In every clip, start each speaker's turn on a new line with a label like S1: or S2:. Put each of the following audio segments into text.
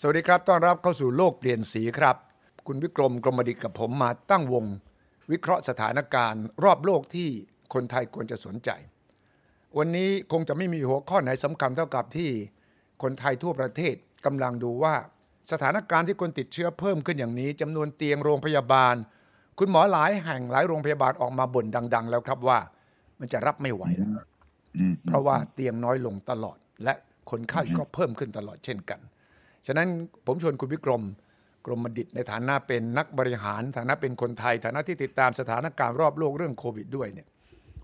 S1: สวัสดีครับ ต้อนรับเข้าสู่โลกเปลี่ยนสีครับ คุณวิกรมกรมดิษฐ์กับผมมาตั้งวง วิเคราะห์สถานการณ์รอบโลกที่คนไทยควรจะสนใจ วันนี้คงจะไม่มีหัวข้อไหนสำคัญเท่ากับที่คนไทยทั่วประเทศกำลังดูว่า สถานการณ์ที่คนติดเชื้อเพิ่มขึ้นอย่างนี้จำนวนเตียงโรงพยาบาล คุณหมอหลายแห่งหลายโรงพยาบาลออกมาบ่นดัง ๆ แล้วครับว่า มันจะรับไม่ไหวแล้ว เพราะว่าเตียงน้อยลงตลอด และคนไข้ก็เพิ่มขึ้นตลอดเช่นกัน ฉะนั้นผมชวนคุณวิกรม กรมดิตในฐานะเป็นนักบริหาร ฐานะเป็นคนไทย ฐานะที่ติดตามสถานการณ์รอบโลกเรื่องโควิดด้วยเนี่ย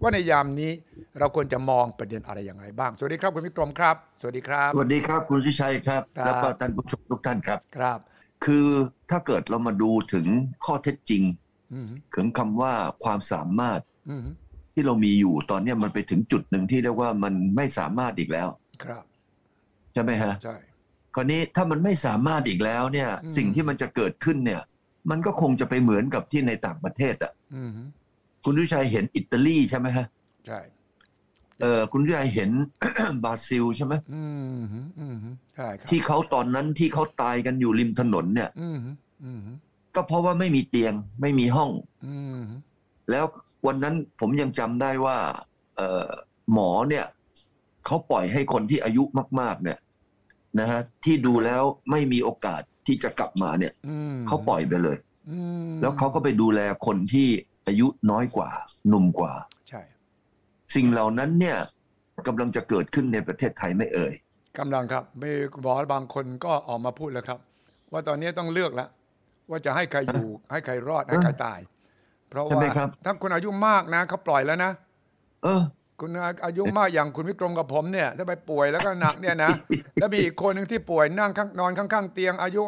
S1: ว่าในยามนี้เราควรจะมองประเด็นอะไรอย่างไรบ้าง สวัสดีครับคุณวิกรมครับ สวัสดีครับ
S2: สวัสดีครับคุณวิชัยครับ
S1: ครับ
S2: แล้วก็ท่านผู้ชมทุกท่านครับ
S1: ครับ
S2: คือถ้าเกิดเรามาดูถึงข้อเท็จจริง
S1: อืม
S2: ถึงคำว่าความสามารถ
S1: อืม
S2: ที่เรามีอยู่ตอนเนี้ยมันไปถึงจุดหนึ่งที่เรียกว่ามันไม่สามารถอีกแล้ว
S1: ครับ
S2: ใช่ไหมฮะ
S1: ใช่
S2: คราวนี้ถ้ามันไม่สามารถอีกแล้วเนี่ย
S1: อืม
S2: สิ่งที่มันจะเกิดขึ้นเนี่ย มันก็คงจะไปเหมือนกับที่ในต่างประเทศอ่ะ
S1: อืม
S2: คุณวิชัยเห็นอิตาลีใช่ไหมฮะ
S1: ใช่
S2: เออคุณวิชัยเห็น บราซิลใช่ไหม
S1: อืมอืมใช่ครับ
S2: ที่เขาตอนนั้นที่เขาตายกันอยู่ริมถนนเนี่ย
S1: อืมอืม
S2: ก็เพราะว่าไม่มีเตียงไม่มีห้อง
S1: อืม
S2: แล้ววันนั้นผมยังจำได้ว่าเอ่อหมอเนี่ยเขาปล่อยให้คนที่อายุมาก ๆ เนี่ยนะฮะที่ดูแล้วไม่มีโอกาสที่จะกลับมาเนี่ย
S1: อืม
S2: เขาปล่อยไปเลย
S1: อืม
S2: แล้วเขาก็ไปดูแลคนที่อายุน้อยกว่าหนุ่มกว่า
S1: ใช่
S2: สิ่งเหล่านั้นเนี่ยกำลังจะเกิดขึ้นในประเทศไทยไหม่เอ่ย
S1: กำลังครับมีหมอบางคนก็ออกมาพูดแล้วครับ ว่าตอนนี้ต้องเลือกแล้วว่าจะให้ใครอยู่ให้ใครรอดให้ใครตาย เพราะว่าถ้าคนอายุมากนะเขาปล่อยแล้วนะ
S2: เออ
S1: คุณอายุมากอย่างคุณวิกรมกับผมเนี่ยถ้าไปป่วยแล้วก็หนักเนี่ย นะ แล้วมีอีกคนหนึ่งที่ป่วยนั่งข้างนอนข้างๆเตียงอายุ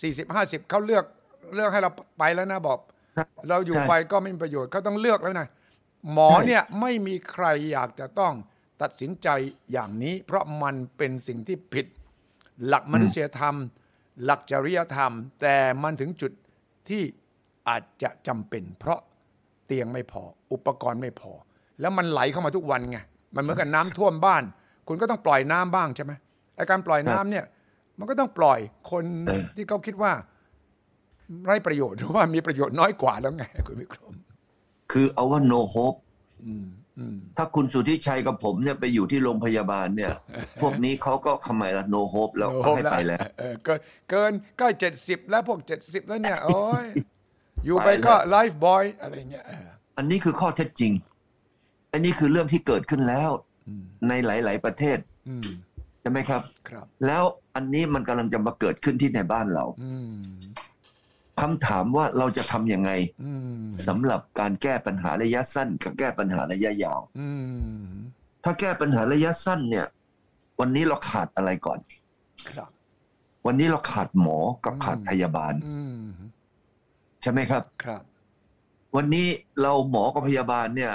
S1: สี่สิบห้าสิบเขาเลือกเลือกให้เราไปแล้วนะบอก
S2: ครับ
S1: เราอยู่
S2: ใช่
S1: ไปก็ไม่มีประโยชน์เขาต้องเลือกแล้วนะหมอ
S2: ใช่
S1: เนี่ยไม่มีใครอยากจะต้องตัดสินใจอย่างนี้ เพราะมันเป็นสิ่งที่ผิด หลักมนุษยธรรม หลักจริยธรรม แต่มันถึงจุดที่อาจจะจำเป็น เพราะเตียงไม่พอ อุปกรณ์ไม่พอ แล้วมันไหลเข้ามาทุกวันไงมันเหมือนกับน้ำท่วมบ้าน คุณก็ต้องปล่อยน้ำบ้างใช่ไหมไอการปล่อยน้ำเนี่ยมันก็ต้องปล่อยคน
S2: เออ
S1: ที่เขาคิดว่าไร้ประโยชน์หรือว่ามีประโยชน์น้อยกว่าแล้วไงคุณวิกรม
S2: คือเอาว่า no hope
S1: อืมอืม
S2: ถ้าคุณสุทธิชัยกับผมเนี่ยไปอยู่ที่โรงพยาบาลเนี่ย พวกนี้เขาก็ทำไมล่ะ no hope แล้ว
S1: โอ้
S2: ให้ไปแล้ว
S1: เออเกินเกินใกล้เจ็ดสิบแล้วพวกเจ็ดสิบแล้ว เนี่ยโอ้ยอยู่ไป
S2: ไปแล้ว
S1: ก็ไลฟ์บอยอะไรเงี้ยเออ
S2: อันนี้คือข้อเท็จจริง อันนี้คือเรื่องที่เกิดขึ้นแล้ว
S1: อืม
S2: ในหลาย ๆ ประเทศ
S1: อืม
S2: ใช่ไหมครับ
S1: ครับ
S2: แล้วอันนี้มันกำลังจะมาเกิดขึ้นที่ในบ้านเรา
S1: อืม
S2: คำถามว่าเราจะทำยังไง
S1: อืม
S2: สำหรับการแก้ปัญหาระยะสั้น กับแก้ปัญหาระยะยาว
S1: อืม
S2: ถ้าแก้ปัญหาระยะสั้นเนี่ย วันนี้เราขาดอะไรก่อน
S1: ครับ
S2: วันนี้เราขาดหมอกับขาด
S1: อืม
S2: พยาบาล
S1: อืม
S2: ใช่ไหมครับ
S1: ครับ
S2: วันนี้เราหมอกับพยาบาลเนี่ย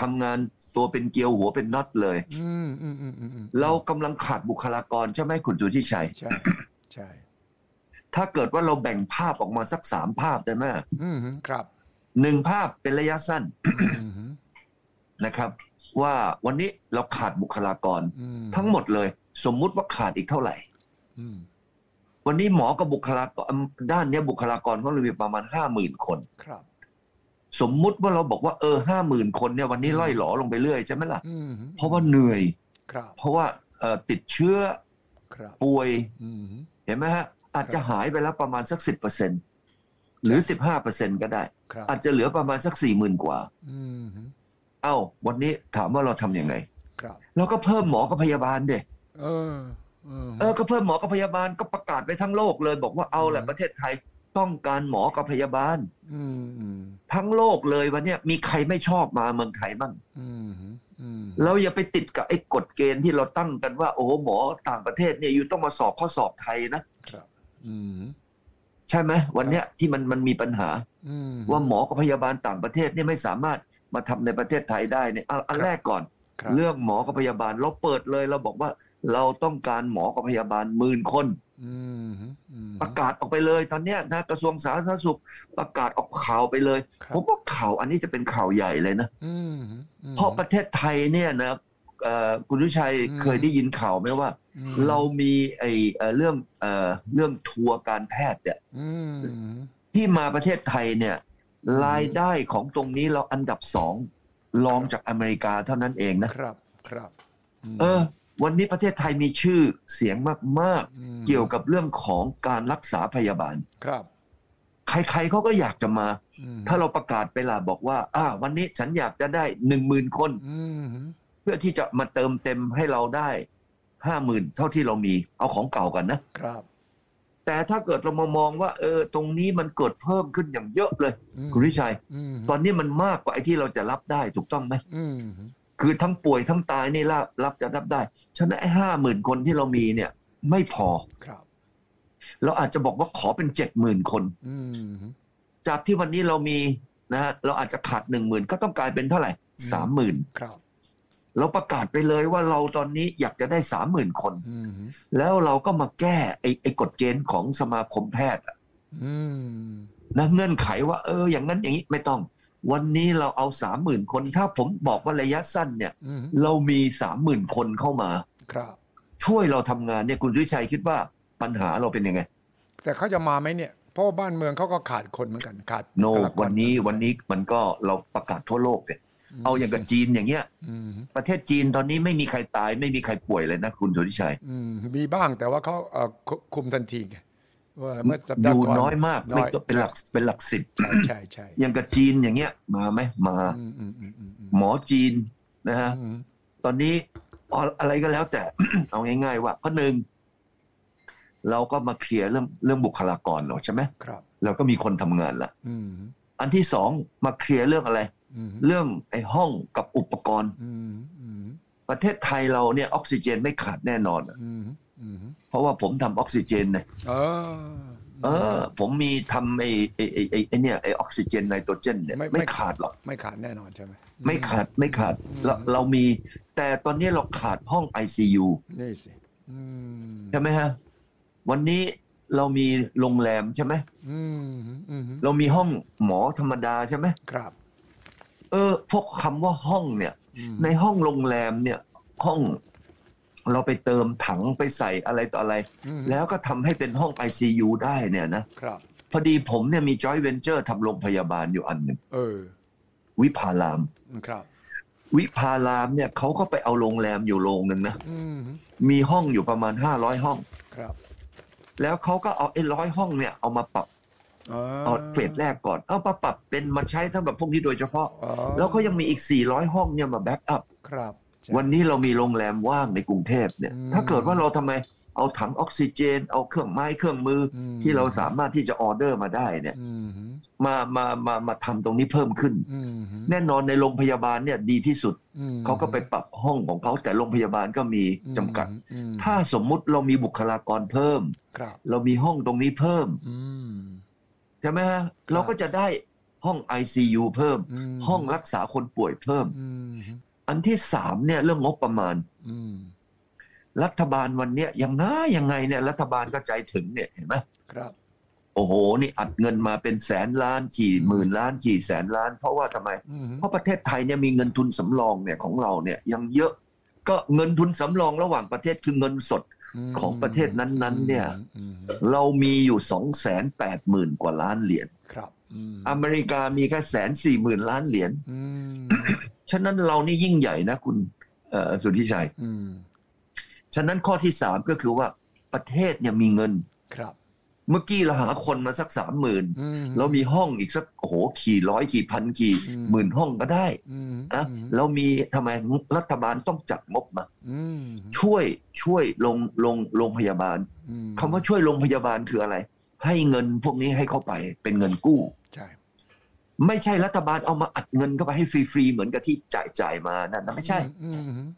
S2: ทำงานตัวเป็นเกลียวหัวเป็นน็อตเลย
S1: อืมอืมอืมอืมอืม
S2: เรากำลังขาดบุคลากรใช่ไหมคุณจุทิชัย
S1: ใช่ ใช่
S2: ถ้าเกิดว่าเราแบ่งภาพออกมาสักสามภาพได้ไหม
S1: อืม ครับ
S2: หนึ่งภาพเป็นระยะสั้น
S1: อืม
S2: นะครับ ว่าวันนี้เราขาดบุคลากร
S1: อืม
S2: ทั้งหมดเลย สมมุติว่าขาดอีกเท่าไหร่
S1: อืม
S2: วันนี้หมอกับบุคลากรด้านเนี้ยบุคลากรเขาเรามีประมาณห้าหมื่นคน
S1: ครับ
S2: สมมุติว่าเราบอกว่าเออห้าหมื่นคนเนี่ยวันนี้ล่อยหลอลงไปเรื่อยใช่ไหมล่ะ
S1: อืม
S2: เพราะว่าเหนื่อย
S1: ครับ
S2: เพราะว่าเอ่อติดเชื้อ
S1: ครับ
S2: ป่วย
S1: อืม
S2: เห็นไหมฮะอาจจะหายไปแล้วประมาณสักสิบเปอร์เซ็นหรือสิบห้าเปอร์เซ็นก็ได้
S1: ครับ
S2: อาจจะเหลือประมาณสักสี่หมื่นกว่า
S1: อืม
S2: เอ้า วันนี้ถามว่าเราทำยังไง
S1: ครับ
S2: เราก็เพิ่มหมอกับพยาบาลเด้
S1: เออ เออ
S2: เออก็เพิ่มหมอกับพยาบาลก็ประกาศไปทั้งโลกเลย บอกว่าเอาแหละประเทศไทยต้องการหมอกับพยาบาล
S1: อืม อืม
S2: ทั้งโลกเลยวันเนี้ยมีใครไม่ชอบมาเมืองไทยบ้าง
S1: อืม อืม
S2: เราอย่าไปติดกับไอ้กฎเกณฑ์ที่เราตั้งกันว่า โอ้โหหมอต่างประเทศเนี่ยอยู่ต้องมาสอบข้อสอบไทยนะครับ
S1: อืม
S2: ใช่ไหมวันเนี้ยที่มันมันมีปัญหา
S1: อืม
S2: ว่าหมอกับพยาบาลต่างประเทศเนี่ยไม่สามารถมาทำในประเทศไทยได้เนี่ยเอาอัน
S1: ครับ
S2: แรกก่อน
S1: ครับ
S2: เรื่องหมอกับพยาบาลเราเปิดเลยเราบอกว่าเราต้องการหมอกับพยาบาลหมื่นคน
S1: อืม อืม
S2: ประกาศออกไปเลยตอนเนี้ยนะกระทรวงสาธารณสุขประกาศออกข่าวไปเลย
S1: ครับ
S2: ผมว่าข่าวอันนี้จะเป็นข่าวใหญ่เลยนะ
S1: อืม
S2: เพราะประเทศไทยเนี่ยนะเอ่อคุณลุชัย
S1: อืม
S2: เคยได้ยินข่าวไหมว่า
S1: อืม
S2: เรามีไอเอ่อเรื่องเอ่อเรื่องทัวร์การแพทย์เนี่ย
S1: อืม
S2: ที่มาประเทศไทยเนี่ยรายได้ของตรงนี้เราอันดับสองรองจากอเมริกาเท่านั้นเองนะครับ
S1: ครับม
S2: เออ วันนี้ประเทศไทยมีชื่อเสียงมาก
S1: ม
S2: ๆ เกี่ยวกับเรื่องของการรักษาพยาบาล
S1: ครับ
S2: ใครๆเขาก็อยากจะมา
S1: อืม
S2: ถ้าเราประกาศไปล่ะบอกว่า อ่า วันนี้ฉันอยากจะได้หนึ่งหมื่นคน
S1: อืม
S2: เพื่อที่จะมาเติมเต็มให้เราได้ห้าหมื่นเท่าที่เรามีเอาของเก่ากันนะ
S1: ครับ
S2: แต่ถ้าเกิดเรามามองว่า เออ ตรงนี้มันเกิดเพิ่มขึ้นอย่างเยอะเลย
S1: อืม
S2: คุณวิชัย
S1: อืม
S2: ตอนนี้มันมากกว่าไอ้ที่เราจะรับได้ถูกต้องไหม
S1: อืม
S2: คือทั้งป่วยทั้งตายนี่รับรับจะรับได้ฉะนั้นไอ้ห้าหมื่นคนที่เรามีเนี่ย ไม่พอ
S1: ครับ
S2: เราอาจจะบอกว่าขอเป็นเจ็ดหมื่นคน
S1: อืม
S2: จากที่วันนี้เรามีนะฮะเราอาจจะขาดหนึ่งหมื่นก็ต้องกลายเป็นเท่าไหร่
S1: อืม
S2: สามหมื่น
S1: ครับ
S2: เราประกาศไปเลยว่าเราตอนนี้อยากจะได้สามหมื่นคน
S1: อืม
S2: แล้วเราก็มาแก้ไอ้ไอ้กฎเกณฑ์ของสมาคมแพทย์อะ
S1: อืม
S2: นะเงื่อนไขว่า เออ อย่างนั้นอย่างนี้ไม่ต้อง วันนี้เราเอาสามหมื่นคน ถ้าผมบอกว่าระยะสั้นเนี่ย
S1: อืม
S2: เรามีสามหมื่นคนเข้ามา
S1: ครับ
S2: ช่วยเราทำงานเนี่ยคุณชุยชัยคิดว่าปัญหาเราเป็นยังไง
S1: แต่เขาจะมาไหมเนี่ยเพราะว่าบ้านเมืองเขาก็ขาดคนเหมือนกันขาด
S2: โน
S1: บุคลากร
S2: วันนี้วันนี้มันก็เราประกาศทั่วโลกเนี่ยเอาอย่างกับจีนอย่างเงี้ย
S1: อืม
S2: ประเทศจีนตอนนี้ไม่มีใครตายไม่มีใครป่วยเลยนะคุณชุยชัย
S1: อืมมีบ้างแต่ว่าเขาเอ่อคุคุมทันทีไงว่าเมื่อสัปดาห์
S2: อยู่
S1: ก่อน
S2: น้อยมากไม่ก็เป็นหลักเป็นหลักสิบ
S1: ใช่ใช่
S2: อย่างกับจีนอย่างเงี้ยมาไหมมา
S1: อืมอืมอืมอืมอืม
S2: หมอจีนนะฮะ
S1: อืม
S2: ตอนนี้เอาอะไรก็แล้วแต่ เอาง่าย ๆ ว่าก็หนึ่งเราก็มาเคลียร์เรื่องเรื่องบุคลากรเราใช่ไหม
S1: ครับ
S2: เราก็มีคนทำงานละ
S1: อืม
S2: อันที่สองมาเคลียร์เรื่องอะไร
S1: อืม
S2: เรื่องไอ้ห้องกับอุปกรณ์
S1: อืมอืม
S2: ประเทศไทยเราเนี่ยออกซิเจนไม่ขาดแน่นอนอะ
S1: อืมอืม
S2: เพราะว่าผมทำออกซิเจนนะ
S1: เออ
S2: เออ ผมมีทำไอ้ไอ้ไอ้ไอ้ไอ้เนี่ยไอ้ออกซิเจนไนโตรเจนเนี่ยไม่ขาดหรอก
S1: ไม่ขาดแน่นอนใช่ไหม
S2: ไม่ขาดไม่ขาดเรา
S1: อืม
S2: เรามีแต่ตอนนี้เราขาดห้อง ICU
S1: นี่สิอืม
S2: ใช่ไหมฮะ วันนี้เรามีโรงแรมใช่ไหม
S1: อืมอืม
S2: เรามีห้องหมอธรรมดาใช่ไหม
S1: ครับ
S2: เออ พวกคำว่าห้องเนี่ย
S1: อืม
S2: ในห้องโรงแรมเนี่ย ห้องเราไปเติมถังไปใส่อะไรต่ออะไร
S1: อืม
S2: แล้วก็ทำให้เป็นห้อง ICU ได้เนี่ยนะครับ พอดีผมเนี่ยมีจอยเวนเจอร์ทำโรงพยาบาลอยู่อันหนึ่ง
S1: เออ
S2: วิภาราม
S1: ครับ
S2: วิภารามเนี่ยเขาก็ไปเอาโรงแรมอยู่โรงหนึ่งนะ
S1: อืม
S2: มีห้องอยู่ประมาณ 500 ห้อง
S1: ครับ
S2: แล้วเขาก็เอาไอ้ร้อยห้องเนี่ยเอามาปรับเอาเฟสแรกก่อน เอามาปรับเป็นมาใช้สำหรับพวกนี้โดยเฉพาะ
S1: อ๋อ
S2: แล้วก็ยังมีอีก 400 ห้องเนี่ยมาแบ็กอัพ
S1: ครับใช่
S2: วันนี้เรามีโรงแรมว่างในกรุงเทพเนี่ย
S1: อืม
S2: ถ้าเกิดว่าเราทำไมเอาถังออกซิเจน เอาเครื่องไม้เครื่องมืออ
S1: อืม
S2: ที่เราสามารถที่จะออเดอร์มาได้เนี่ย
S1: อืมอืม
S2: มามามามาทำตรงนี้เพิ่มขึ้น
S1: อืม
S2: แน่นอนในโรงพยาบาลเนี่ยดีที่สุด
S1: อืม
S2: เขาก็ไปปรับห้องของเขาแต่โรงพยาบาลก็มี
S1: อืม
S2: จำกัด
S1: อืม
S2: ถ้าสมมุติเรามีบุคลากรเพิ่ม
S1: ครับ
S2: เรามีห้องตรงนี้เพิ่ม
S1: อืม
S2: ใช่ไหมฮะเราก็จะได้ห้อง ICU เพิ่ม
S1: ม
S2: ห้องรักษาคนป่วยเพิ่ม
S1: อืม
S2: อันที่สามเนี่ยเรื่องงบประมาณ
S1: อืม
S2: รัฐบาลวันเนี้ยยังไงยังไงเนี่ยรัฐบาลก็ใจถึงเนี่ยเห็นไหม
S1: ครับ
S2: โอ้โห นี่อัดเงินมาเป็นแสนล้านกี่หมื่นล้านกี่แสนล้าน เพราะว่าทำไม
S1: อืม
S2: เพราะประเทศไทยเนี่ยมีเงินทุนสำรองเนี่ยของเราเนี่ยยังเยอะก็เงินทุนสำรองระหว่างประเทศคือเงินสด
S1: ม
S2: ของประเทศนั้นๆเนี่ย
S1: อืม
S2: เรามีอยู่2องแสนแปดหมื่นกว่าล้านเหรียญ
S1: ครับอืม
S2: อเมริกามีแค่แสนสี่หมื่นล้านเหรียญ
S1: อืม
S2: ฉะนั้นเรานี่ยิ่งใหญ่นะคุณเอ่อสุทธิชัย
S1: อืม
S2: ฉะนั้นข้อที่สามก็คือว่าประเทศเนี่ยมีเงิน
S1: ครับ
S2: เมื่อกี้เราหาคนมาสักสามหมื่น
S1: อืม
S2: เรามีห้องอีกสักโอ้โหกี่ร้อยกี่พันกี่
S1: อืม
S2: หมื่นห้องก็ได้
S1: อืม
S2: นะ
S1: อืม
S2: เรามีทำไมรัฐบาลต้องจัดงบมา
S1: อืม
S2: ช่วยช่วยลงลงโรงพยาบาล
S1: อืม
S2: คำว่าช่วยโรงพยาบาลคืออะไร ให้เงินพวกนี้ให้เข้าไปเป็นเงินกู้
S1: ใช่
S2: ไม่ใช่รัฐบาลเอามาอัดเงินเข้าไปให้ฟรีๆเหมือนกับที่จ่ายจ่ายๆมานั่นนะไม่ใช่
S1: อืมอืม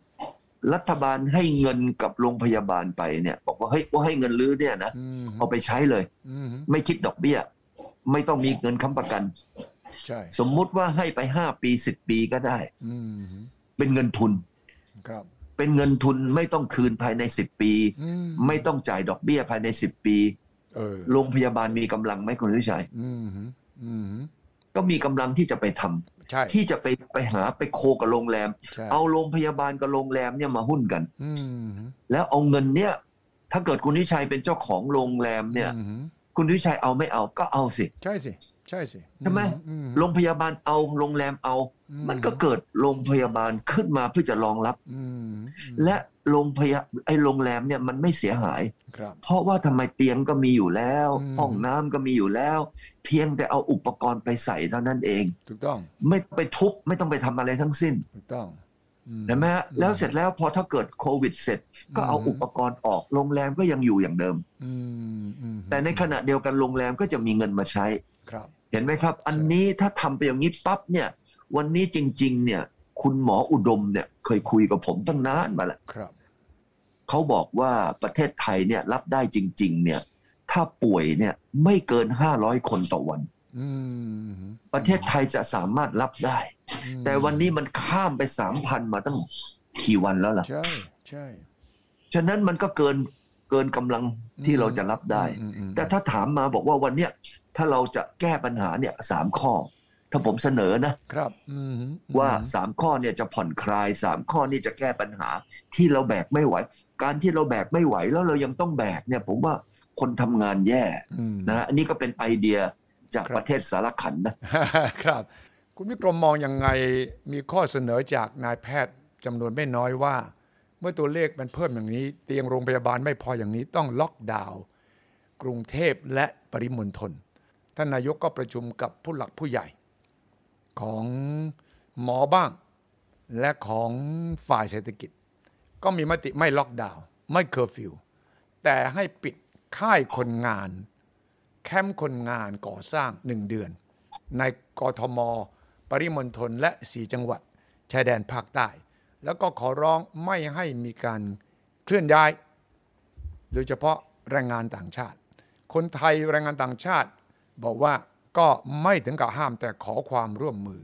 S2: รัฐบาลให้เงินกับโรงพยาบาลไปเนี่ย บอกว่าเฮ้ยว่าให้เงินรื้อเนี่ยนะ
S1: อืม
S2: เอาไปใช้เลย
S1: อืม
S2: ไม่คิดดอกเบี้ย ไม่ต้องมีเงินค้ำประกัน
S1: ใช่
S2: สมมุติว่าให้ไปห้าปีสิบปีก็ได้
S1: อืม
S2: เป็นเงินทุน
S1: ครับ
S2: เป็นเงินทุนไม่ต้องคืนภายในสิบปี
S1: อืม
S2: ไม่ต้องจ่ายดอกเบี้ยภายในสิบปี
S1: เออ
S2: โรงพยาบาลมีกำลังไหมคุณวิชัย
S1: อืมอืม
S2: ก็มีกำลังที่จะไปทำ
S1: ใช่
S2: ที่จะไปไปหาไปโคกับโรงแรม
S1: ใช่
S2: เอาโรงพยาบาลกับโรงแรมเนี่ยมาหุ้นกัน
S1: อืม
S2: แล้วเอาเงินเนี่ย ถ้าเกิดคุณวิชัยเป็นเจ้าของโรงแรมเนี่ย
S1: อืม
S2: คุณวิชัยเอาไม่เอาก็เอาสิ
S1: ใช่สิใช่สิ
S2: ใช่ไหม
S1: อื
S2: โรงพยาบาลเอาโรงแรมเอา
S1: อื
S2: มันก็เกิดโรงพยาบาลขึ้นมาเพื่อจะรองรับ
S1: อืม
S2: และโรงพยาไอโรงแรมเนี่ยมันไม่เสียหาย
S1: ครับ
S2: เพราะว่าทำไมเตียงก็มีอยู่แล้ว
S1: อืม
S2: ห้องน้ำก็มีอยู่แล้ว เพียงแต่เอาอุปกรณ์ไปใส่เท่านั้นเอง
S1: ถูกต้อง
S2: ไม่ต้องไปทุบไม่ต้องไปทำอะไรทั้งสิ้น
S1: ถูกต้องอื
S2: เห็นไหมฮะ
S1: อืม
S2: แล้วเสร็จแล้วพอถ้าเกิดโควิดเสร็จ ก็เอาอุปกรณ์ออกโรงแรมก็ยังอยู่อย่างเดิม
S1: อืมอืม
S2: แต่ในขณะเดียวกันโรงแรมก็จะมีเงินมาใช้
S1: ครับ
S2: เห็นไหมครับ อันนี้ถ้าทำไปอย่างนี้ปั๊บเนี่ย วันนี้จริง ๆ เนี่ย คุณหมออุดมเนี่ยเคยคุยกับผมตั้งนานมาแล้ว
S1: ครับ
S2: เขาบอกว่าประเทศไทยเนี่ยรับได้จริง ๆ เนี่ย ถ้าป่วยเนี่ยไม่เกิน 500 คนต่อวัน
S1: อืม
S2: ประเทศไทยจะสามารถรับได้
S1: อืม
S2: แต่วันนี้มันข้ามไป 3,000 มาตั้งกี่วันแล้วล่ะ
S1: ใช่ใช่
S2: ฉะนั้นมันก็เกินเกินกำลังที่เราจะรับได้
S1: อืมอืม
S2: แต่ถ้าถามมาบอกว่าวันเนี้ยถ้าเราจะแก้ปัญหาเนี่ยสามข้อ ถ้าผมเสนอนะ
S1: ครับอืมอืม
S2: ว่าสามข้อเนี่ยจะผ่อนคลายสามข้อนี่จะแก้ปัญหาที่เราแบกไม่ไหว การที่เราแบกไม่ไหวแล้วเรายังต้องแบกเนี่ยผมว่าคนทำงานแย่
S1: อืม
S2: นะฮะอันนี้ก็เป็นไอเดียจาก
S1: ครับ
S2: ประเทศสารขันนะ
S1: ครับ คุณวิกรมมองยังไงมีข้อเสนอจากนายแพทย์จำนวนไม่น้อยว่า เมื่อตัวเลขมันเพิ่มอย่างนี้ เตียงโรงพยาบาลไม่พออย่างนี้ต้องล็อกดาวน์กรุงเทพและปริมณฑลท่านนายกก็ประชุมกับผู้หลักผู้ใหญ่ ของหมอบ้าง และของฝ่ายเศรษฐกิจ ก็มีมติไม่ล็อกดาวน์ไม่เคอร์ฟิว แต่ให้ปิดค่ายคนงาน แคมป์คนงานก่อสร้างหนึ่งเดือน ในกทม ปริมณฑลและสีจังหวัด ชายแดนภาคใต้ แล้วก็ขอร้องไม่ให้มีการเคลื่อนย้าย โดยเฉพาะแรงงานต่างชาติ คนไทยแรงงานต่างชาติ บอกว่าก็ไม่ถึงกับห้ามแต่ขอความร่วมมือ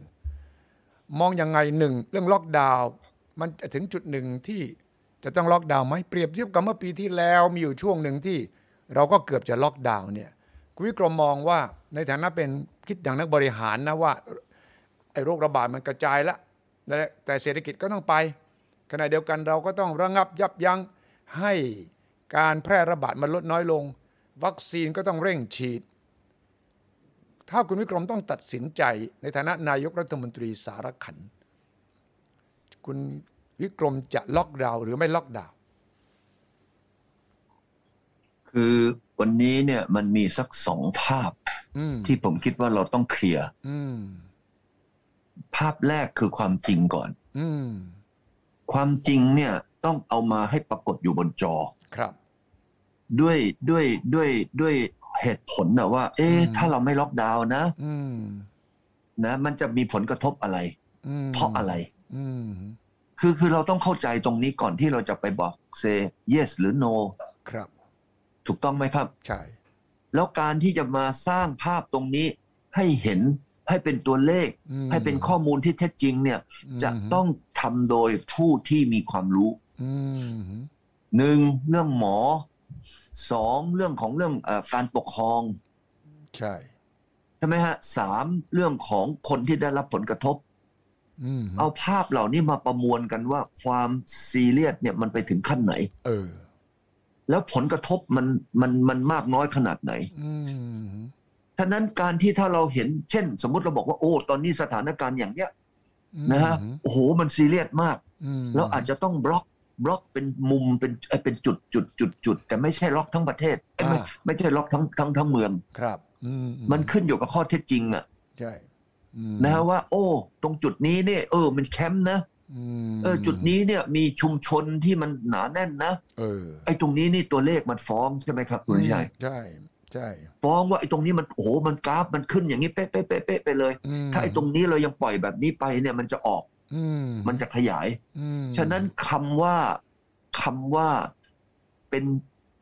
S1: มองยังไงหนึ่งเรื่องล็อกดาวน์มันจะถึงจุดหนึ่งที่จะต้องล็อกดาวน์ไหมเปรียบเทียบกับเมื่อปีที่แล้วมีอยู่ช่วงหนึ่งที่เราก็เกือบจะล็อกดาวน์เนี่ยคุณวิกรมมองว่าในฐานะเป็นคิดอย่างนักบริหารนะว่าไอ้โรคระบาดมันกระจายแล้วและแต่เศรษฐกิจก็ต้องไป ขณะเดียวกันเราก็ต้องระงับยับยั้งให้การแพร่ระบาดมันลดน้อยลง วัคซีนก็ต้องเร่งฉีด ถ้าคุณวิกรมต้องตัดสินใจในฐานะนายกรัฐมนตรีสารขัน คุณวิกรมจะล็อกดาวน์หรือไม่ล็อกดาวน์
S2: คือวันนี้เนี่ยมันมีสักสองภาพ
S1: อืม
S2: ที่ผมคิดว่าเราต้องเคลียร์
S1: อืม
S2: ภาพแรกคือความจริงก่อน
S1: อืม
S2: ความจริงเนี่ยต้องเอามาให้ปรากฏอยู่บนจอ
S1: ครับ
S2: ด้วยด้วยด้วยด้วยเหตุผลนะว่า เอ๊ะ
S1: อืม
S2: ถ้าเราไม่ล็อกดาวน์นะ
S1: อืม
S2: นะมันจะมีผลกระทบอะไร
S1: อืม
S2: เพราะอะไร
S1: อืม
S2: คือคือเราต้องเข้าใจตรงนี้ก่อนที่เราจะไปบอกเซ yes หรือ no
S1: ครับ
S2: ถูกต้องไหมครับ
S1: ใช่
S2: แล้วการที่จะมาสร้างภาพตรงนี้ให้เห็นให้เป็นตัวเลข
S1: อืม
S2: ให้เป็นข้อมูลที่เท็จจริงเนี่ยจะต้องทำโดยผู้ที่มีความรู้
S1: อืม
S2: หนึ่งเรื่องหมอสองเรื่องของเรื่องเออการปกครอง
S1: ใช่
S2: ใช่ไหมฮะสามเรื่องของคนที่ได้รับผลกระทบ
S1: อืม
S2: เอาภาพเหล่านี้มาประมวลกันว่าความซีเรียสเนี่ยมันไปถึงขั้นไหน
S1: เออ
S2: แล้วผลกระทบมันมันมันมากน้อยขนาดไหน
S1: อืม
S2: ฉะนั้นการที่ถ้าเราเห็นเช่น สมมติเราบอกว่าโอ้ตอนนี้สถานการณ์อย่างเนี้ยนะฮะโอ้โหมันซีเรียสมาก
S1: อืม
S2: เราอาจจะต้องบล็อกบล็อกเป็นมุมเป็นเอ่อเป็นจุดจุดจุดจุดแต่ไม่ใช่ล็อกทั้งประเทศเอ้ยไม่
S1: อ่า
S2: ไม่ใช่ล็อกทั้งทั้งทั้งเมือง
S1: ครับอื
S2: มันขึ้นอยู่กับข้อเท็จจริงอะ
S1: ใช่อืม
S2: นะฮะว่า โอ้ ตรงจุดนี้เนี่ยเออมันแคมป์นะ
S1: ม
S2: เออจุดนี้เนี่ยมีชุมชนที่มันหนาแน่นนะ
S1: เออ
S2: ไอ้ตรงนี้นี่ตัวเลขมันฟ้องใช่ไหมครับคุณวิชัย
S1: ใช่ใช่
S2: ฟ้องว่าไอ้ตรงนี้มันโอ้โหมันกราฟมันขึ้นอย่างนี้เป๊ะเป๊ะเป๊ะเป๊ะไปเลย
S1: อืม
S2: ถ้าไอ้ตรงนี้เรายังปล่อยแบบนี้ไปเนี่ยมันจะออก
S1: อืม
S2: มันจะขยาย
S1: อืม
S2: ฉะนั้นคำว่าคำว่าเป็น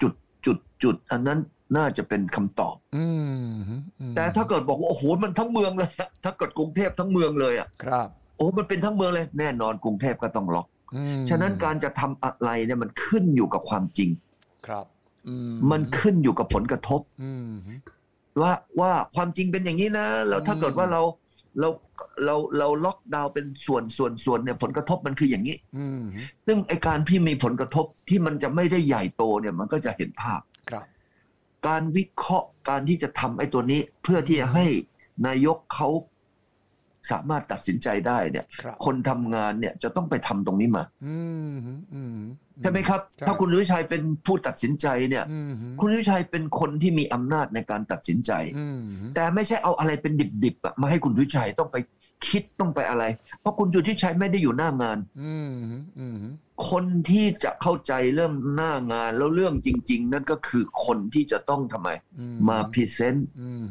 S2: จุดจุดจุดอันนั้นน่าจะเป็นคำตอบ
S1: อืมอืม
S2: แต่ถ้าเกิดบอกว่าโอ้โหมันทั้งเมืองเลยอะถ้าเกิดกรุงเทพทั้งเมืองเลยอ่ะ
S1: ครับ
S2: โอ้มันเป็นทั้งเมืองเลยแน่นอนกรุงเทพก็ต้องล็อก
S1: อืม
S2: ฉะนั้นการจะทำอะไรเนี่ยมันขึ้นอยู่กับความจริง
S1: ครับอื
S2: มันขึ้นอยู่กับผลกระทบ
S1: อืม
S2: ว่าว่าความจริงเป็นอย่างนี้นะแล้วถ้าเกิดว่าเรา เราเราเราล็อกดาวน์เป็นส่วนส่วนส่วนเนี่ยผลกระทบมันคืออย่างนี้
S1: อืม
S2: ซึ่งไอการที่มีผลกระทบที่มันจะไม่ได้ใหญ่โตเนี่ยมันก็จะเห็นภาพ
S1: ครับ
S2: การวิเคราะห์การที่จะทำไอ้ตัวนี้เพื่อที่จะให้นายกเขาสามารถตัดสินใจได้เนี่ย
S1: ครับ
S2: คนทำงานเนี่ยจะต้องไปทำตรงนี้มา
S1: อืมอืม
S2: ใช่ไหมครับ
S1: ใช่
S2: ถ้าคุณลุยชัยเป็นผู้ตัดสินใจเนี่ย
S1: อืม
S2: คุณลุยชัยเป็นคนที่มีอำนาจในการตัดสินใจ
S1: อืม
S2: แต่ไม่ใช่เอาอะไรเป็นดิบๆอะมาให้คุณลุยชัยต้องไปคิดต้องไปอะไร เพราะคุณลุยชัยไม่ได้อยู่หน้างาน
S1: อืมอืม
S2: คนที่จะเข้าใจเรื่องหน้างานแล้วเรื่องจริง ๆ นั่นก็คือคนที่จะต้องทำไม
S1: อื
S2: มาพรีเซนต์
S1: อืม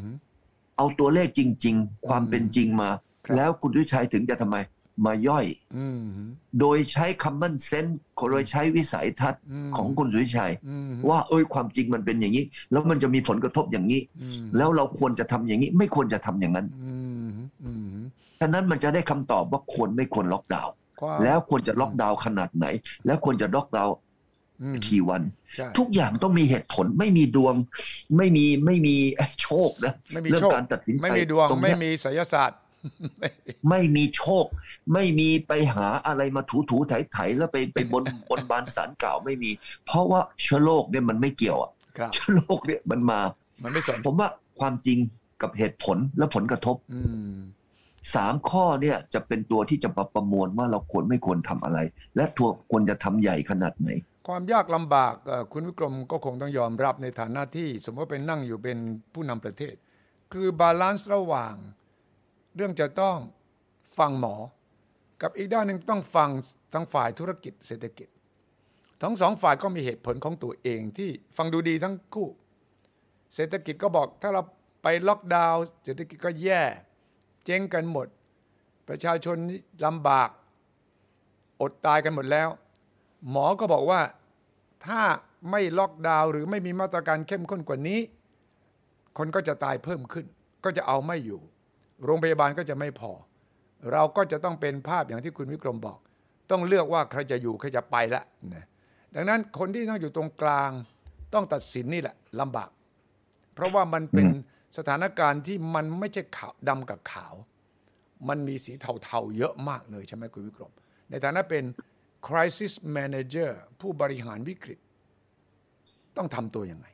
S2: เอาตัวเลขจริง ๆ ความเป็นจริงมา
S1: ครับ
S2: แล้วคุณลุยชัยถึงจะทำไม มาย่อย
S1: อืม
S2: โดยใช้ common sense โดยใช้วิสัยทัศน์
S1: อืม
S2: ของคุณลุยชัย
S1: อืม
S2: ว่าเอ้ยความจริงมันเป็นอย่างนี้ แล้วมันจะมีผลกระทบอย่างนี้
S1: อืม
S2: แล้วเราควรจะทำอย่างนี้ ไม่ควรจะทำอย่างนั้น
S1: อืมอืม
S2: ฉะนั้นมันจะได้คำตอบว่าควรไม่ควรล็อกดาวน์
S1: ความ
S2: แล้วควรจะล็อกดาวน์ขนาดไหน แล้วควรจะล็อกดาวน์
S1: อืม
S2: กี่วัน
S1: ใช่
S2: ทุกอย่างต้องมีเหตุผลไม่มีดวง ไม่มีไม่มีโชคนะ
S1: ไม่มี
S2: เรื่อ
S1: โช
S2: ง
S1: ค
S2: การตัดสินใจ
S1: ไม่มีดวง
S2: ตร
S1: ไม่
S2: เนี้ย
S1: มีไสยศาสตร์
S2: ไม่มีโชค ไม่มีไปหาอะไรมาถูถูไถไถแล้วไปไปบน บนบานสารกล่าวไม่มี เพราะว่าเชื้อโรคเนี่ยมันไม่เกี่ยวอะ
S1: ครับ
S2: เชื้อโรคเนี่ยมันมา
S1: มันไม่สน
S2: ผมว่าความจริงกับเหตุผลและผลกระทบ
S1: อืม
S2: สามข้อเนี่ยจะเป็นตัวที่จะมาประมวลว่าเราควรไม่ควรทำอะไร และทัวควรจะทำใหญ่ขนาดไหน
S1: ความยากลำบากเอ่อคุณวิกรมก็คงต้องยอมรับในฐานะที่ สมมติว่าเป็นนั่งอยู่เป็นผู้นำประเทศ คือบาลานซ์ระหว่าง เรื่องจะต้องฟังหมอ กับอีกด้านหนึ่งต้องฟังทั้งฝ่ายธุรกิจเศรษฐกิจ ทั้งสองฝ่ายก็มีเหตุผลของตัวเองที่ฟังดูดีทั้งคู่ เศรษฐกิจก็บอกถ้าเราไปล็อกดาวน์เศรษฐกิจก็แย่ เจ๊งกันหมด ประชาชนลำบาก อดตายกันหมดแล้ว หมอก็บอกว่าถ้าไม่ล็อกดาวน์หรือไม่มีมาตรการเข้มข้นกว่านี้ คนก็จะตายเพิ่มขึ้น ก็จะเอาไม่อยู่ โรงพยาบาลก็จะไม่พอ เราก็จะต้องเป็นภาพอย่างที่คุณวิกรมบอก ต้องเลือกว่าใครจะอยู่ใครจะไปละนะดังนั้นคนที่ต้องอยู่ตรงกลางต้องตัดสินนี่แหละลำบาก เพราะว่ามันเป็นสถานการณ์ที่มันไม่ใช่ขาวดำกับขาว มันมีสีเทาๆเยอะมากเลยใช่ไหมคุณวิกรม ในฐานะเป็น crisis manager ผู้บริหารวิกฤต ต้องทำตัวยังไง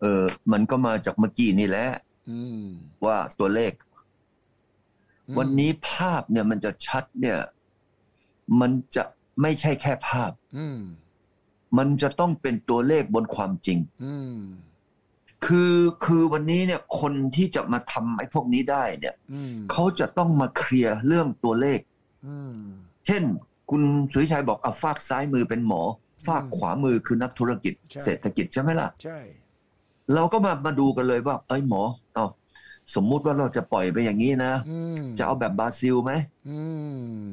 S2: เออมันก็มาจากเมื่อกี้นี่แหละ
S1: อืม
S2: ว่าตัวเลข
S1: อืม
S2: วันนี้ภาพเนี่ยมันจะชัดเนี่ย มันจะไม่ใช่แค่ภาพ
S1: อืม
S2: มันจะต้องเป็นตัวเลขบนความจริง
S1: อืม
S2: คือคือวันนี้เนี่ยคนที่จะมาทำไอ้พวกนี้ได้เนี่ย
S1: อืม
S2: เขาจะต้องมาเคลียร์เรื่องตัวเลข
S1: อืม
S2: เช่น คุณสุริชัยบอกเอาฝากซ้ายมือเป็นหมอฝากขวามือคือนักธุรกิจ
S1: ใช่
S2: เศรษฐกิจใช่ไหมล่ะ
S1: ใช่
S2: เราก็มามาดูกันเลยว่าเอ้ยหมอเอาสมมุติว่าเราจะปล่อยไปอย่างนี้นะ
S1: อืม
S2: จะเอาแบบบราซิลไหม
S1: อืม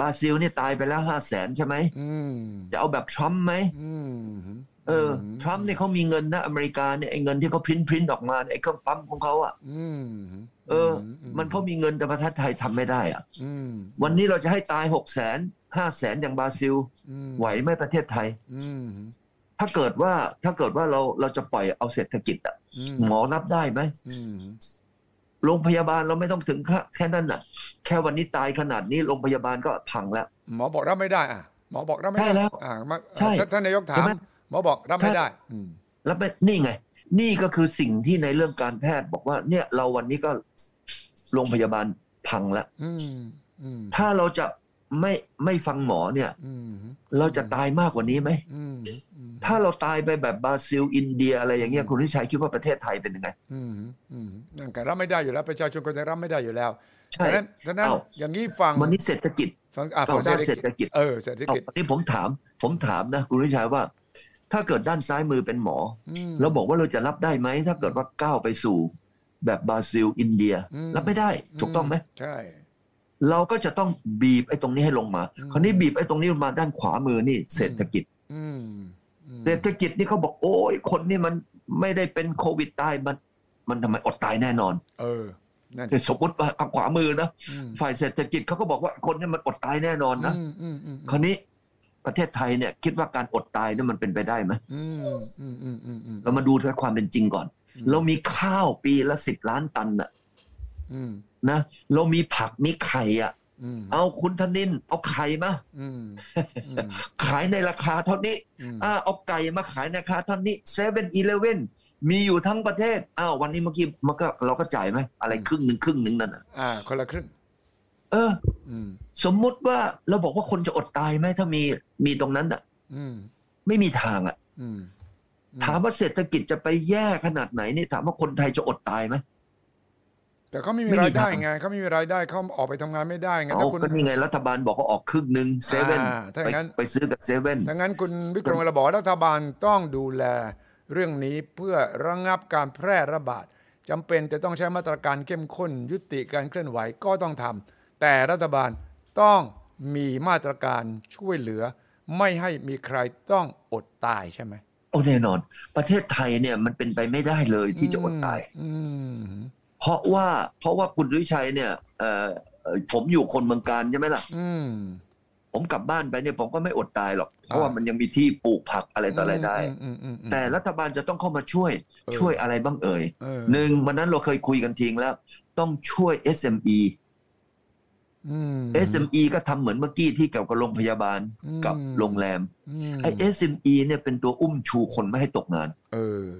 S2: บราซิลนี่ตายไปแล้วห้าแสนใช่ไหม
S1: อืม
S2: จะเอาแบบทรัมป์ไหม
S1: อืม
S2: เออทรัมป์เนี่ยเขามีเงินนะอเมริกาเนี่ยไอ้เงินที่เขาพิมพ์พิมพ์ออกมาเนี่ยไอ้เครื่องปั๊มของเขาอ่ะ
S1: อืม
S2: เออ มันเขามีเงินแต่ประเทศไทยทำไม่ได้อ่ะ
S1: อืม
S2: วันนี้เราจะให้ตายหกแสนห้าแสนอย่างบราซิล
S1: อืม
S2: ไหวไหมประเทศไทย
S1: อืม
S2: ถ้าเกิดว่าถ้าเกิดว่าเราเราจะปล่อยเอาเศรษฐกิจอะ
S1: อืม
S2: หมอรับได้ไหม
S1: อืม
S2: โรงพยาบาลเราไม่ต้องถึงแค่แค่นั้นน่ะ แค่วันนี้ตายขนาดนี้โรงพยาบาลก็พังแล้ว
S1: หมอบอกรับไม่ได้อ่ะ หมอบอกรับไม่ได้
S2: ใช่แล้ว
S1: อ่ามา
S2: ใช่
S1: ท่านท่านนายกถา
S2: ใช่
S1: ม
S2: ไหม
S1: หมอบอกรับไม่ได้ อืม
S2: แล้วไม่นี่ไง นี่ก็คือสิ่งที่ในเรื่องการแพทย์บอกว่า เนี่ยเราวันนี้ก็โรงพยาบาลพังแล้ว
S1: อืม อืม
S2: ถ้าเราจะไม่ไม่ฟังหมอเนี่ย
S1: อืม
S2: เราจะตายมากกว่านี้ไหม
S1: อืมอืม
S2: ถ้าเราตายไปแบบบราซิลอินเดียอะไรอย่างเงี้ยคุณทิชัยคิดว่าประเทศไทยเป็นยังไง
S1: อืมอืมนั่นก็รับไม่ได้อยู่แล้ว ประชาชนคนไทยรับไม่ได้อยู่แล้ว
S2: ใช่
S1: ดังนั้นดังนั้น
S2: เอ้า
S1: อย่างนี้ฟัง
S2: วันนี้เศรษฐกิจ
S1: ฟังอ่าฟัง
S2: เอาด้านเศรษฐกิจ
S1: เออเศรษฐ
S2: เอา
S1: กิจ
S2: นี่ผมถาม ผมถามนะคุณวิชัยว่า ถ้าเกิดด้านซ้ายมือเป็นหมอ
S1: อืม
S2: เราบอกว่าเราจะรับได้ไหม ถ้าเกิดว่าก้าวไปสู่ แบบบราซิลอินเดีย
S1: อืม
S2: รับไม่ได้ถูกต้องไหม
S1: ใช่
S2: เราก็จะต้องบีบไอ้ตรงนี้ให้ลงมา
S1: อืม
S2: คราวนี้บีบไอ้ตรงนี้ลงมาด้านขวามือนี่เศรษฐกิจ
S1: อืมอืม
S2: เศรษฐกิจนี่เขาบอกโอ้ยคนนี่มันไม่ได้เป็นโควิดตายมัน มันทำไมอดตายแน่นอน
S1: เออนั่น
S2: แต่สมมติว่าเอาขวามือนะ
S1: อืม
S2: ฝ่ายเศรษฐกิจเขาก็บอกว่าคนนี่มันอดตายแน่นอนนะ
S1: อืมอืมอืม
S2: คราวนี้ประเทศไทยเนี่ย คิดว่าการอดตายเนี่ยมันเป็นไปได้ไหม
S1: อืมอืมอืมอืมอืม
S2: เรามาดูถึงความเป็นจริงก่อน เรามีข้าวปีละสิบล้านตันน่ะ
S1: อืม
S2: นะเรามีผักมีไข่อ่ะ
S1: อืม
S2: เอาคุณธนิน เอาไข่มา
S1: อืม อืม
S2: ขายในราคาเท่านี้
S1: อืม
S2: อ่าเอาไก่มาขายในราคาเท่านี้เซเว่นอีเลเว่นมีอยู่ทั้งประเทศอ้าววันนี้เมื่อกี้มันก็เราก็จ่ายไหมอะไรครึ่งหนึ่งครึ่งหนึ่งนั่นน่ะ
S1: อ่า คนละครึ่ง
S2: เออ
S1: อืม
S2: สมมุติว่าเราบอกว่าคนจะอดตายไหมถ้ามีมีตรงนั้นอ่ะ
S1: อืม
S2: ไม่มีทางอ่ะ
S1: อืม
S2: ถามว่าเศรษฐกิจจะไปแย่ขนาดไหนนี่ถามว่าคนไทยจะอดตายไหม
S1: แต่เขาไม่มี
S2: ไม่มี
S1: รายได้
S2: ทาง
S1: ไงเขาไม่มีรายได้เขาออกไปทำงานไม่ได้ไง
S2: เอา
S1: ถ้าคุณ
S2: ก็นี่ไงรัฐบาลบอกว่าออกครึ่งหนึ่งเซเว่น
S1: อ่าถ้าอ
S2: ไป
S1: ย่างนั้น
S2: ไปซื้อกับเซเว่น
S1: ดังนั้นคุณวิกรมระบอกว่ารัฐบาลต้องดูแลเรื่องนี้เพื่อระงับการแพร่ระบาดจำเป็นจะต้องใช้มาตรการเข้มข้น ยุติการเคลื่อนไหวก็ต้องทำแต่รัฐบาลต้องมีมาตรการช่วยเหลือ ไม่ให้มีใครต้องอดตายใช่ไหม
S2: โอ้แน่นอน ประเทศไทยเนี่ยมันเป็นไปไม่ได้เลยที่จะอดตาย
S1: อืม
S2: เพราะว่าเพราะว่าคุณดุยชัยเนี่ยเอ่อเอ่อผมอยู่คนเมืองการใช่ไหมล่ะ
S1: อืม
S2: ผมกลับบ้านไปเนี่ยผมก็ไม่อดตายหรอก เพราะ
S1: อ่า
S2: ว่ามันยังมีที่ปลูกผักอะไรต่ออะไรได้
S1: อืมอืมอืม
S2: แต่รัฐบาลจะต้องเข้ามาช่วย
S1: เออ
S2: ช่วยอะไรบ้างเอ่ย
S1: เออ
S2: หนึ่งวันนั้นเราเคยคุยกันทิ้งแล้ว ต้องช่วย SME
S1: อืม
S2: SME ก็ทำเหมือนเมื่อกี้ที่เกี่ยวกับโรงพยาบาล
S1: อืม
S2: กับโรงแรม
S1: ม
S2: ไอ้ SME เนี่ยเป็นตัวอุ้มชูคนไม่ให้ตกงาน
S1: เออ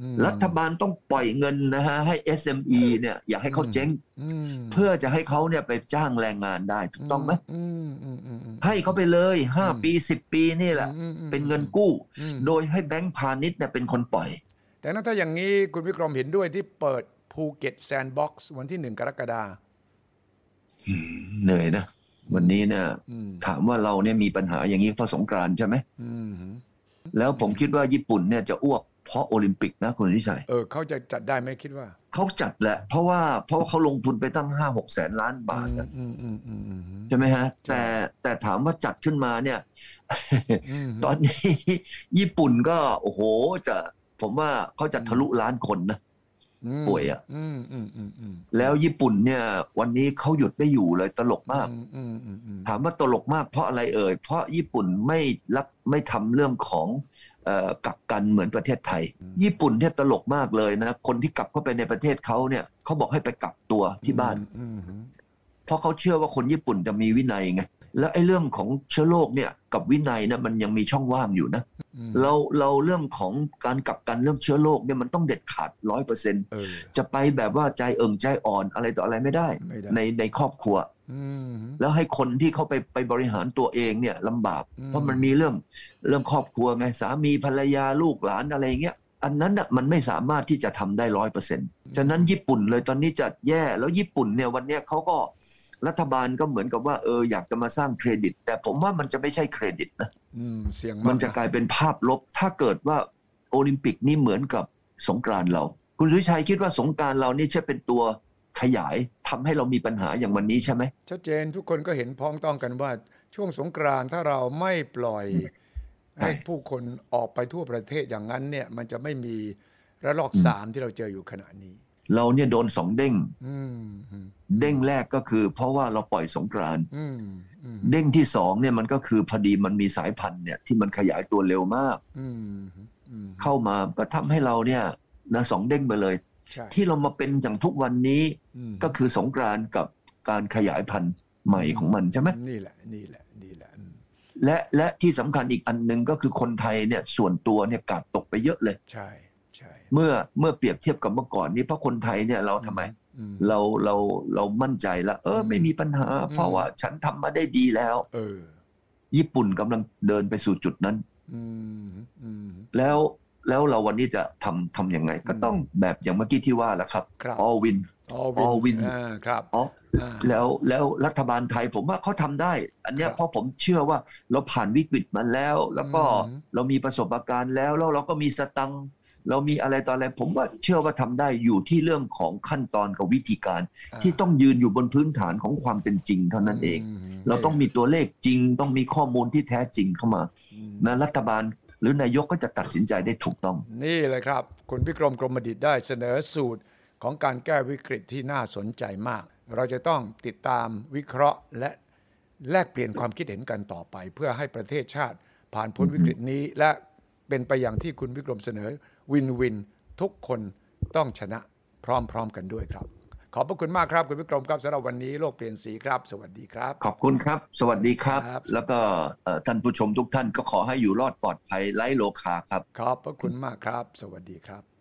S1: อืม
S2: รัฐบาลต้องปล่อยเงินนะฮะให้ SME เนี่ยอย่าให้เขาเจ๊ง
S1: อืม
S2: เพื่อจะให้เขาเนี่ยไปจ้างแรงงานได้ถูกต้องไหม
S1: อืมอืมอืมอืม
S2: ให้เขาไปเลย
S1: อืม
S2: 5 ปี 10 ปีนี่แหละ
S1: อืมอืม
S2: เป็นเงินกู้
S1: อืม
S2: โดยให้แบงก์พาณิชย์เนี่ยเป็นคนปล่อย
S1: แต่นั้นถ้าอย่างนี้คุณวิกรมเห็นด้วยที่เปิดภูเก็ตแซนด์บ็อกซ์วันที่หนึ่งกรกฎา
S2: เหนื่อยนะ วันนี้เนี่ย
S1: อืม
S2: ถามว่าเราเนี่ยมีปัญหาอย่างนี้เพราะสงกรานต์ใช่ไหม
S1: อืม
S2: แล้วผมคิดว่าญี่ปุ่นเนี่ยจะอ้วกเพราะโอลิมปิกนะคุณวิชัย
S1: เออเขาจะจัดได้ไหมคิดว่า
S2: เขาจัดแหละ เพราะว่าเพราะว่าเขาลงทุนไปตั้ง 5 6 แสนล้านบาทนะ
S1: อืมอืมอืมอืมอืม
S2: ใช่ไหมฮะ แต่แต่ถามว่าจัดขึ้นมาเนี่ย
S1: อืม
S2: ตอนนี้ ญี่ปุ่นก็โอ้โหจะผมว่าเขาจะทะลุล้านคนนะ ป่วยอะ
S1: อืมอืมอืมอืม
S2: แล้วญี่ปุ่นเนี่ย วันนี้เขาหยุดไม่อยู่เลยตลกมาก
S1: อืมอืมอืมอืม
S2: ถามว่าตลกมากเพราะอะไรเอ่ย เพราะญี่ปุ่นไม่รับไม่ทำเรื่องของเอ่อกักกันเหมือนประเทศไทย ญี่ปุ่นเนี่ยตลกมากเลยนะคนที่กลับเข้าไปในประเทศเขาเนี่ยเขาบอกให้ไปกักตัวที่บ้าน
S1: อืมอืม
S2: เพราะเขาเชื่อว่าคนญี่ปุ่นจะมีวินัยไงแล้วไอ้เรื่องของเชื้อโรคเนี่ยกับวินัยนะมันยังมีช่องว่างอยู่นะ
S1: อืม
S2: เราเราเรื่องของการกักกันเรื่องเชื้อโรคเนี่ยมันต้องเด็ดขาดร้อยเปอร์เซ็น
S1: เออ
S2: จะไปแบบว่าใจเอิงใจอ่อนอะไรต่ออะไรไม่ได้
S1: ไม่ได้
S2: ในในครอบครัว
S1: อืม
S2: แล้วให้คนที่เขาไปไปบริหารตัวเองเนี่ยลำบาก
S1: อืม
S2: เพราะมันมีเรื่องเรื่องครอบครัวไงสามีภรรยาลูกหลานอะไรอย่างเงี้ยอันนั้นน่ะมันไม่สามารถที่จะทำได้ร้อยเปอร์เซ็นต์ฉะนั้นญี่ปุ่นเลยตอนนี้จะแย่แล้วญี่ปุ่นเนี่ยวันเนี้ยเขาก็รัฐบาลก็เหมือนกับว่าเอออยากจะมาสร้างเครดิต แต่ผมว่ามันจะไม่ใช่เครดิตนะ
S1: อืมเสียง
S2: มันจะกลายเป็นภาพลบ ถ้าเกิดว่าโอลิมปิกนี่เหมือนกับสงกรานต์เรา คุณสุวิชัยคิดว่าสงกรานต์เรานี่จะเป็นตัวขยายทำให้เรามีปัญหาอย่างวันนี้ใช่ไหม
S1: ชัดเจนทุกคนก็เห็นพ้องต้องกันว่าช่วงสงกรานต์ถ้าเราไม่ปล่อย
S2: ใช่
S1: ให้ผู้คนออกไปทั่วประเทศอย่างนั้นเนี่ย มันจะไม่มีระลอกสามที่เราเจออยู่ขณะนี้
S2: เราเนี่ยโดนสองเด้ง
S1: อืมอืม
S2: เด้งแรกก็คือ เพราะว่าเราปล่อยสงกรานต์
S1: อืมอืม
S2: เด้งที่สองเนี่ยมันก็คือพอดีมันมีสายพันธุ์เนี่ยที่มันขยายตัวเร็วมาก
S1: อืมอืม
S2: เข้ามาก็ทำให้เราเนี่ยนะสองเด้งไปเลย
S1: ใช่
S2: ที่เรามาเป็นอย่างทุกวันนี้
S1: อืม
S2: ก็คือสงกรานต์กับการขยายพันธุ์ใหม่ของมันใช่ไหม
S1: นี่แหละ นี่แหละ นี่แหละอืม
S2: และและที่สำคัญอีกอันหนึ่งก็คือคนไทยเนี่ยส่วนตัวเนี่ยกาดตกไปเยอะเลย
S1: ใช่ใช่
S2: เมื่อเมื่อเปรียบเทียบกับเมื่อก่อนนี้เพราะคนไทยเนี่ยเราทำไม
S1: อืม
S2: เราเราเรามั่นใจละเออ
S1: อืม
S2: ไม่มีปัญหา
S1: อืม
S2: เพราะว่าฉันทำมาได้ดีแล้ว
S1: เออ
S2: ญี่ปุ่นกำลังเดินไปสู่จุดนั้น
S1: อืมอืม
S2: แล้วแล้วเราวันนี้จะทำทำยังไง ก็
S1: อืม
S2: ต้องแบบอย่างเมื่อกี้ที่ว่าแหละครับ
S1: ครับ
S2: all win all win
S1: อ่าครับ
S2: อ๋อ
S1: อ่า
S2: แล้วแล้วรัฐบาลไทยผมว่าเขาทำได้ อันเนี้ย
S1: ครับ
S2: เพราะผมเชื่อว่าเราผ่านวิกฤตมาแล้ว แล้วก็
S1: อืม
S2: เรามีประสบการณ์แล้วแล้วเราก็มีสตังค์เรามีอะไรต่ออะไรผมว่าเชื่อว่าทำได้อยู่ที่เรื่องของขั้นตอนกับวิธีการ ที่ต้องยืนอยู่บนพื้นฐานของความเป็นจริงเท่านั้นเอง
S1: ม
S2: เราต้องมีตัวเลขจริง ต้องมีข้อมูลที่แท้จริงเข้ามา
S1: อืม
S2: นะรัฐบาลหรือนายกก็จะตัดสินใจได้ถูกต้อง
S1: นี่เลยครับ คุณพิกรมกรมดิตได้เสนอสูตรของการแก้วิกฤตที่น่าสนใจมาก เราจะต้องติดตามวิเคราะห์และแลกเปลี่ยนความคิดเห็นกันต่อไป เพื่อให้ประเทศชาติผ่านพ้นวิกฤตนี้ และเป็นไปอย่างที่คุณวิกรมเสนอวินวินทุกคนต้องชนะพร้อมๆกันด้วยครับ ขอบพระคุณมากครับคุณวิกรมครับสำหรับวันนี้โลกเปลี่ยนสีครับ สวัสดีครับ
S2: ขอบคุณครับ สวัสดีครับ
S1: ครับ
S2: แล้วก็เอ่อท่านผู้ชมทุกท่านก็ขอให้อยู่รอดปลอดภัยไร้โลคาครับ
S1: ขอบพระคุณมากครับ สวัสดีครับ